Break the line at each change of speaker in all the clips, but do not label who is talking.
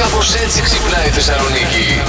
Κάπως έτσι ξυπνάει η Θεσσαλονίκη.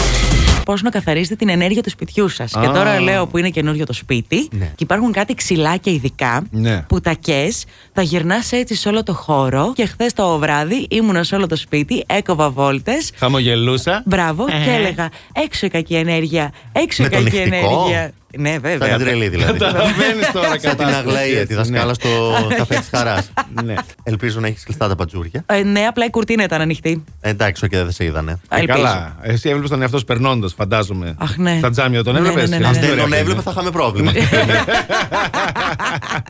Πώς να καθαρίζετε την ενέργεια του σπιτιού σας. Και
Α.
τώρα λέω που είναι καινούριο το σπίτι
Ναι.
και υπάρχουν κάτι ξυλάκια ειδικά
Ναι.
που τα κε, τα γυρνάς έτσι σε όλο το χώρο. Και χθες το βράδυ ήμουνα σε όλο το σπίτι, έκοβα βόλτες.
Χαμογελούσα.
Μπράβο, και έλεγα έξω η κακή ενέργεια. Έξω η
Με το
κακή
νυχτικό?
ενέργεια. Ναι, βέβαια.
Θα την τρελή δηλαδή.
Καταλαβαίνεις τώρα
Σαν την
κατάσταση,
Αγλαία,
έτσι,
τη δασκάλα
ναι.
στο καφέ της χαράς.
Ναι.
Ελπίζω να έχεις κλειστά τα πατζούρια. Ε,
Ε, ναι, απλά η κουρτίνα ήταν ανοιχτή.
Εντάξει, και δεν σε είδανε.
Α,
Ε,
ελπίζω.
Καλά. Εσύ έβλεπες τον εαυτό σου περνώντας, φαντάζομαι.
Αχ, ναι.
Στα τζάμια τον
Ναι,
έβλεπες.
ναι, ναι, ναι.
Αν
Ε,
δεν τον έβλεπε, θα είχαμε πρόβλημα.
Ναι.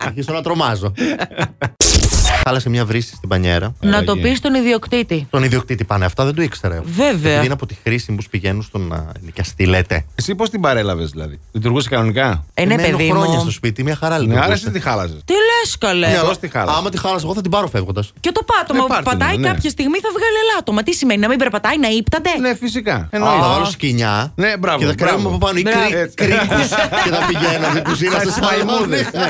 Αρχίσω να τρομάζω. Χάλασε μια βρύση στην πανιέρα.
Να το
Άραγε.
πεις στον ιδιοκτήτη.
Τον ιδιοκτήτη πάνε αυτά, δεν το ήξερε.
Βέβαια.
Επειδή είναι από τη χρήση που πηγαίνουν στον α, νοικιαστή, λέτε.
Εσύ πώς την παρέλαβες, δηλαδή. Λειτουργούσε κανονικά.
Ε, ναι,
Μένω
παιδί
χρόνια
μου.
στο σπίτι, μια χαρά
Ναι,
λειτουργούσε.
άρα εσύ τι χάλαζες.
Τι λες, καλέ.
Ναι, αλλά
Πώς τη χάλασε.
Άμα τη χάλασε, εγώ θα την πάρω φεύγοντας.
Και το πάτωμα
Ναι,
που
πάρτε την,
πατάει
ναι.
κάποια στιγμή θα βγάλει ελάττωμα. Τι σημαίνει, να μην περπατάει, να ύπταται.
Ναι, φυσικά.
Θα
Εννοείται.
βάλω σκοινιά
Ναι, μπράβο,
και θα
μπράβο.
κρέμουμε από πάνω ή
Μπράβο.
κρί,
Έτσι.
κρίκους και θα πηγαίναμε κουζίνα στις Σαλμούνες.
Ναι.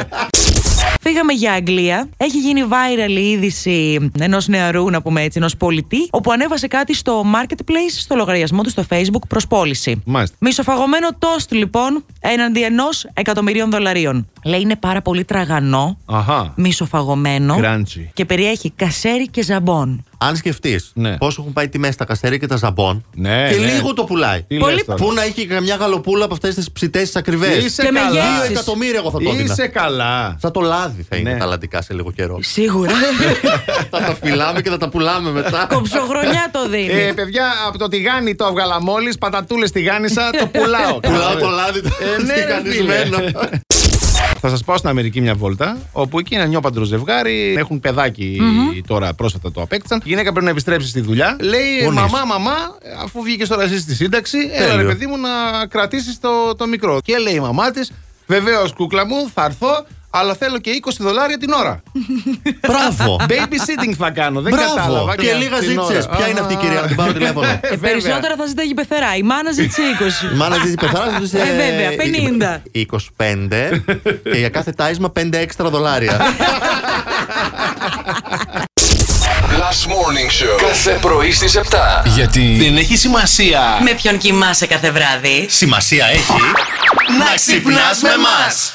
Φύγαμε για Αγγλία. Έχει γίνει viral η είδηση ενός νεαρού, να πούμε έτσι, ενός πολιτή, όπου ανέβασε κάτι στο marketplace, στο λογαριασμό του στο Facebook προς πώληση.
Μάλιστα.
Μισοφαγωμένο τόστ, λοιπόν, έναντι ενός εκατομμυρίων δολαρίων. Λέει είναι πάρα πολύ τραγανό,
Αχά.
μισοφαγωμένο
Crunchy.
και περιέχει κασέρι και ζαμπόν.
Αν σκεφτείς
Ναι.
πόσο έχουν πάει τιμές στα καστέρια και τα ζαμπόν
Ναι,
και
ναι.
λίγο το πουλάει.
Τι
Πολύ-
λες τώρα.
Πού να έχει καμιά γαλοπούλα από αυτές τις ψητές τις ακριβές.
Είσαι
Και με
καλά.
γεύσεις.
Δύο εκατομμύρια εγώ θα το έδινα.
Είσαι καλά.
Σαν το λάδι θα είναι
Ναι.
τα λαντικά σε λίγο καιρό.
Σίγουρα.
θα τα φυλάμε και θα τα πουλάμε μετά.
Κοψοχρονιά το δίνει.
Ε, παιδιά, από το τηγάνι το έβγαλα μόλις. Πατατούλες τηγάνισα, το πουλάω.
Πουλάω το λάδι το
Ε, ναι, ρε,
στιχανισμένο.
Θα σας πάω στην Αμερική μια βόλτα, όπου εκεί ένα νιόπαντρο ζευγάρι έχουν παιδάκι τώρα πρόσφατα το απέκτησαν. Η γυναίκα πρέπει να επιστρέψει στη δουλειά. Λέει,
Γονείς.
μαμά, μαμά, αφού βγήκε τώρα εσύ στη σύνταξη, έλα ρε
Τέλειο.
παιδί μου να κρατήσεις το, το μικρό. Και λέει η μαμά της, βεβαίως κούκλα μου, θα έρθω, αλλά θέλω και 20 δολάρια την ώρα.
Μπράβο.
Baby sitting θα κάνω, δεν
Μπράβο.
κατάλαβα.
Και λίγα
την
ζήτησες.
ώρα.
Ποια είναι αυτή η κυρία, να την πάρω τηλέφωνο. Ε,
Ε,
βέβαια.
περισσότερα θα ζητάει η πεθερά. Η μάνα ζήτησε 20.
Η μάνα ζήσει πεθάρα του.
Ε, βέβαια, 50.
25. και για κάθε τάισμα 5 έξτρα δολάρια.
Last Morning Show. Κάθε πρωί στις 7.
Γιατί δεν έχει σημασία.
Με ποιον κοιμάσαι κάθε βράδυ.
Σημασία έχει.
Να ξυπνάς με μας.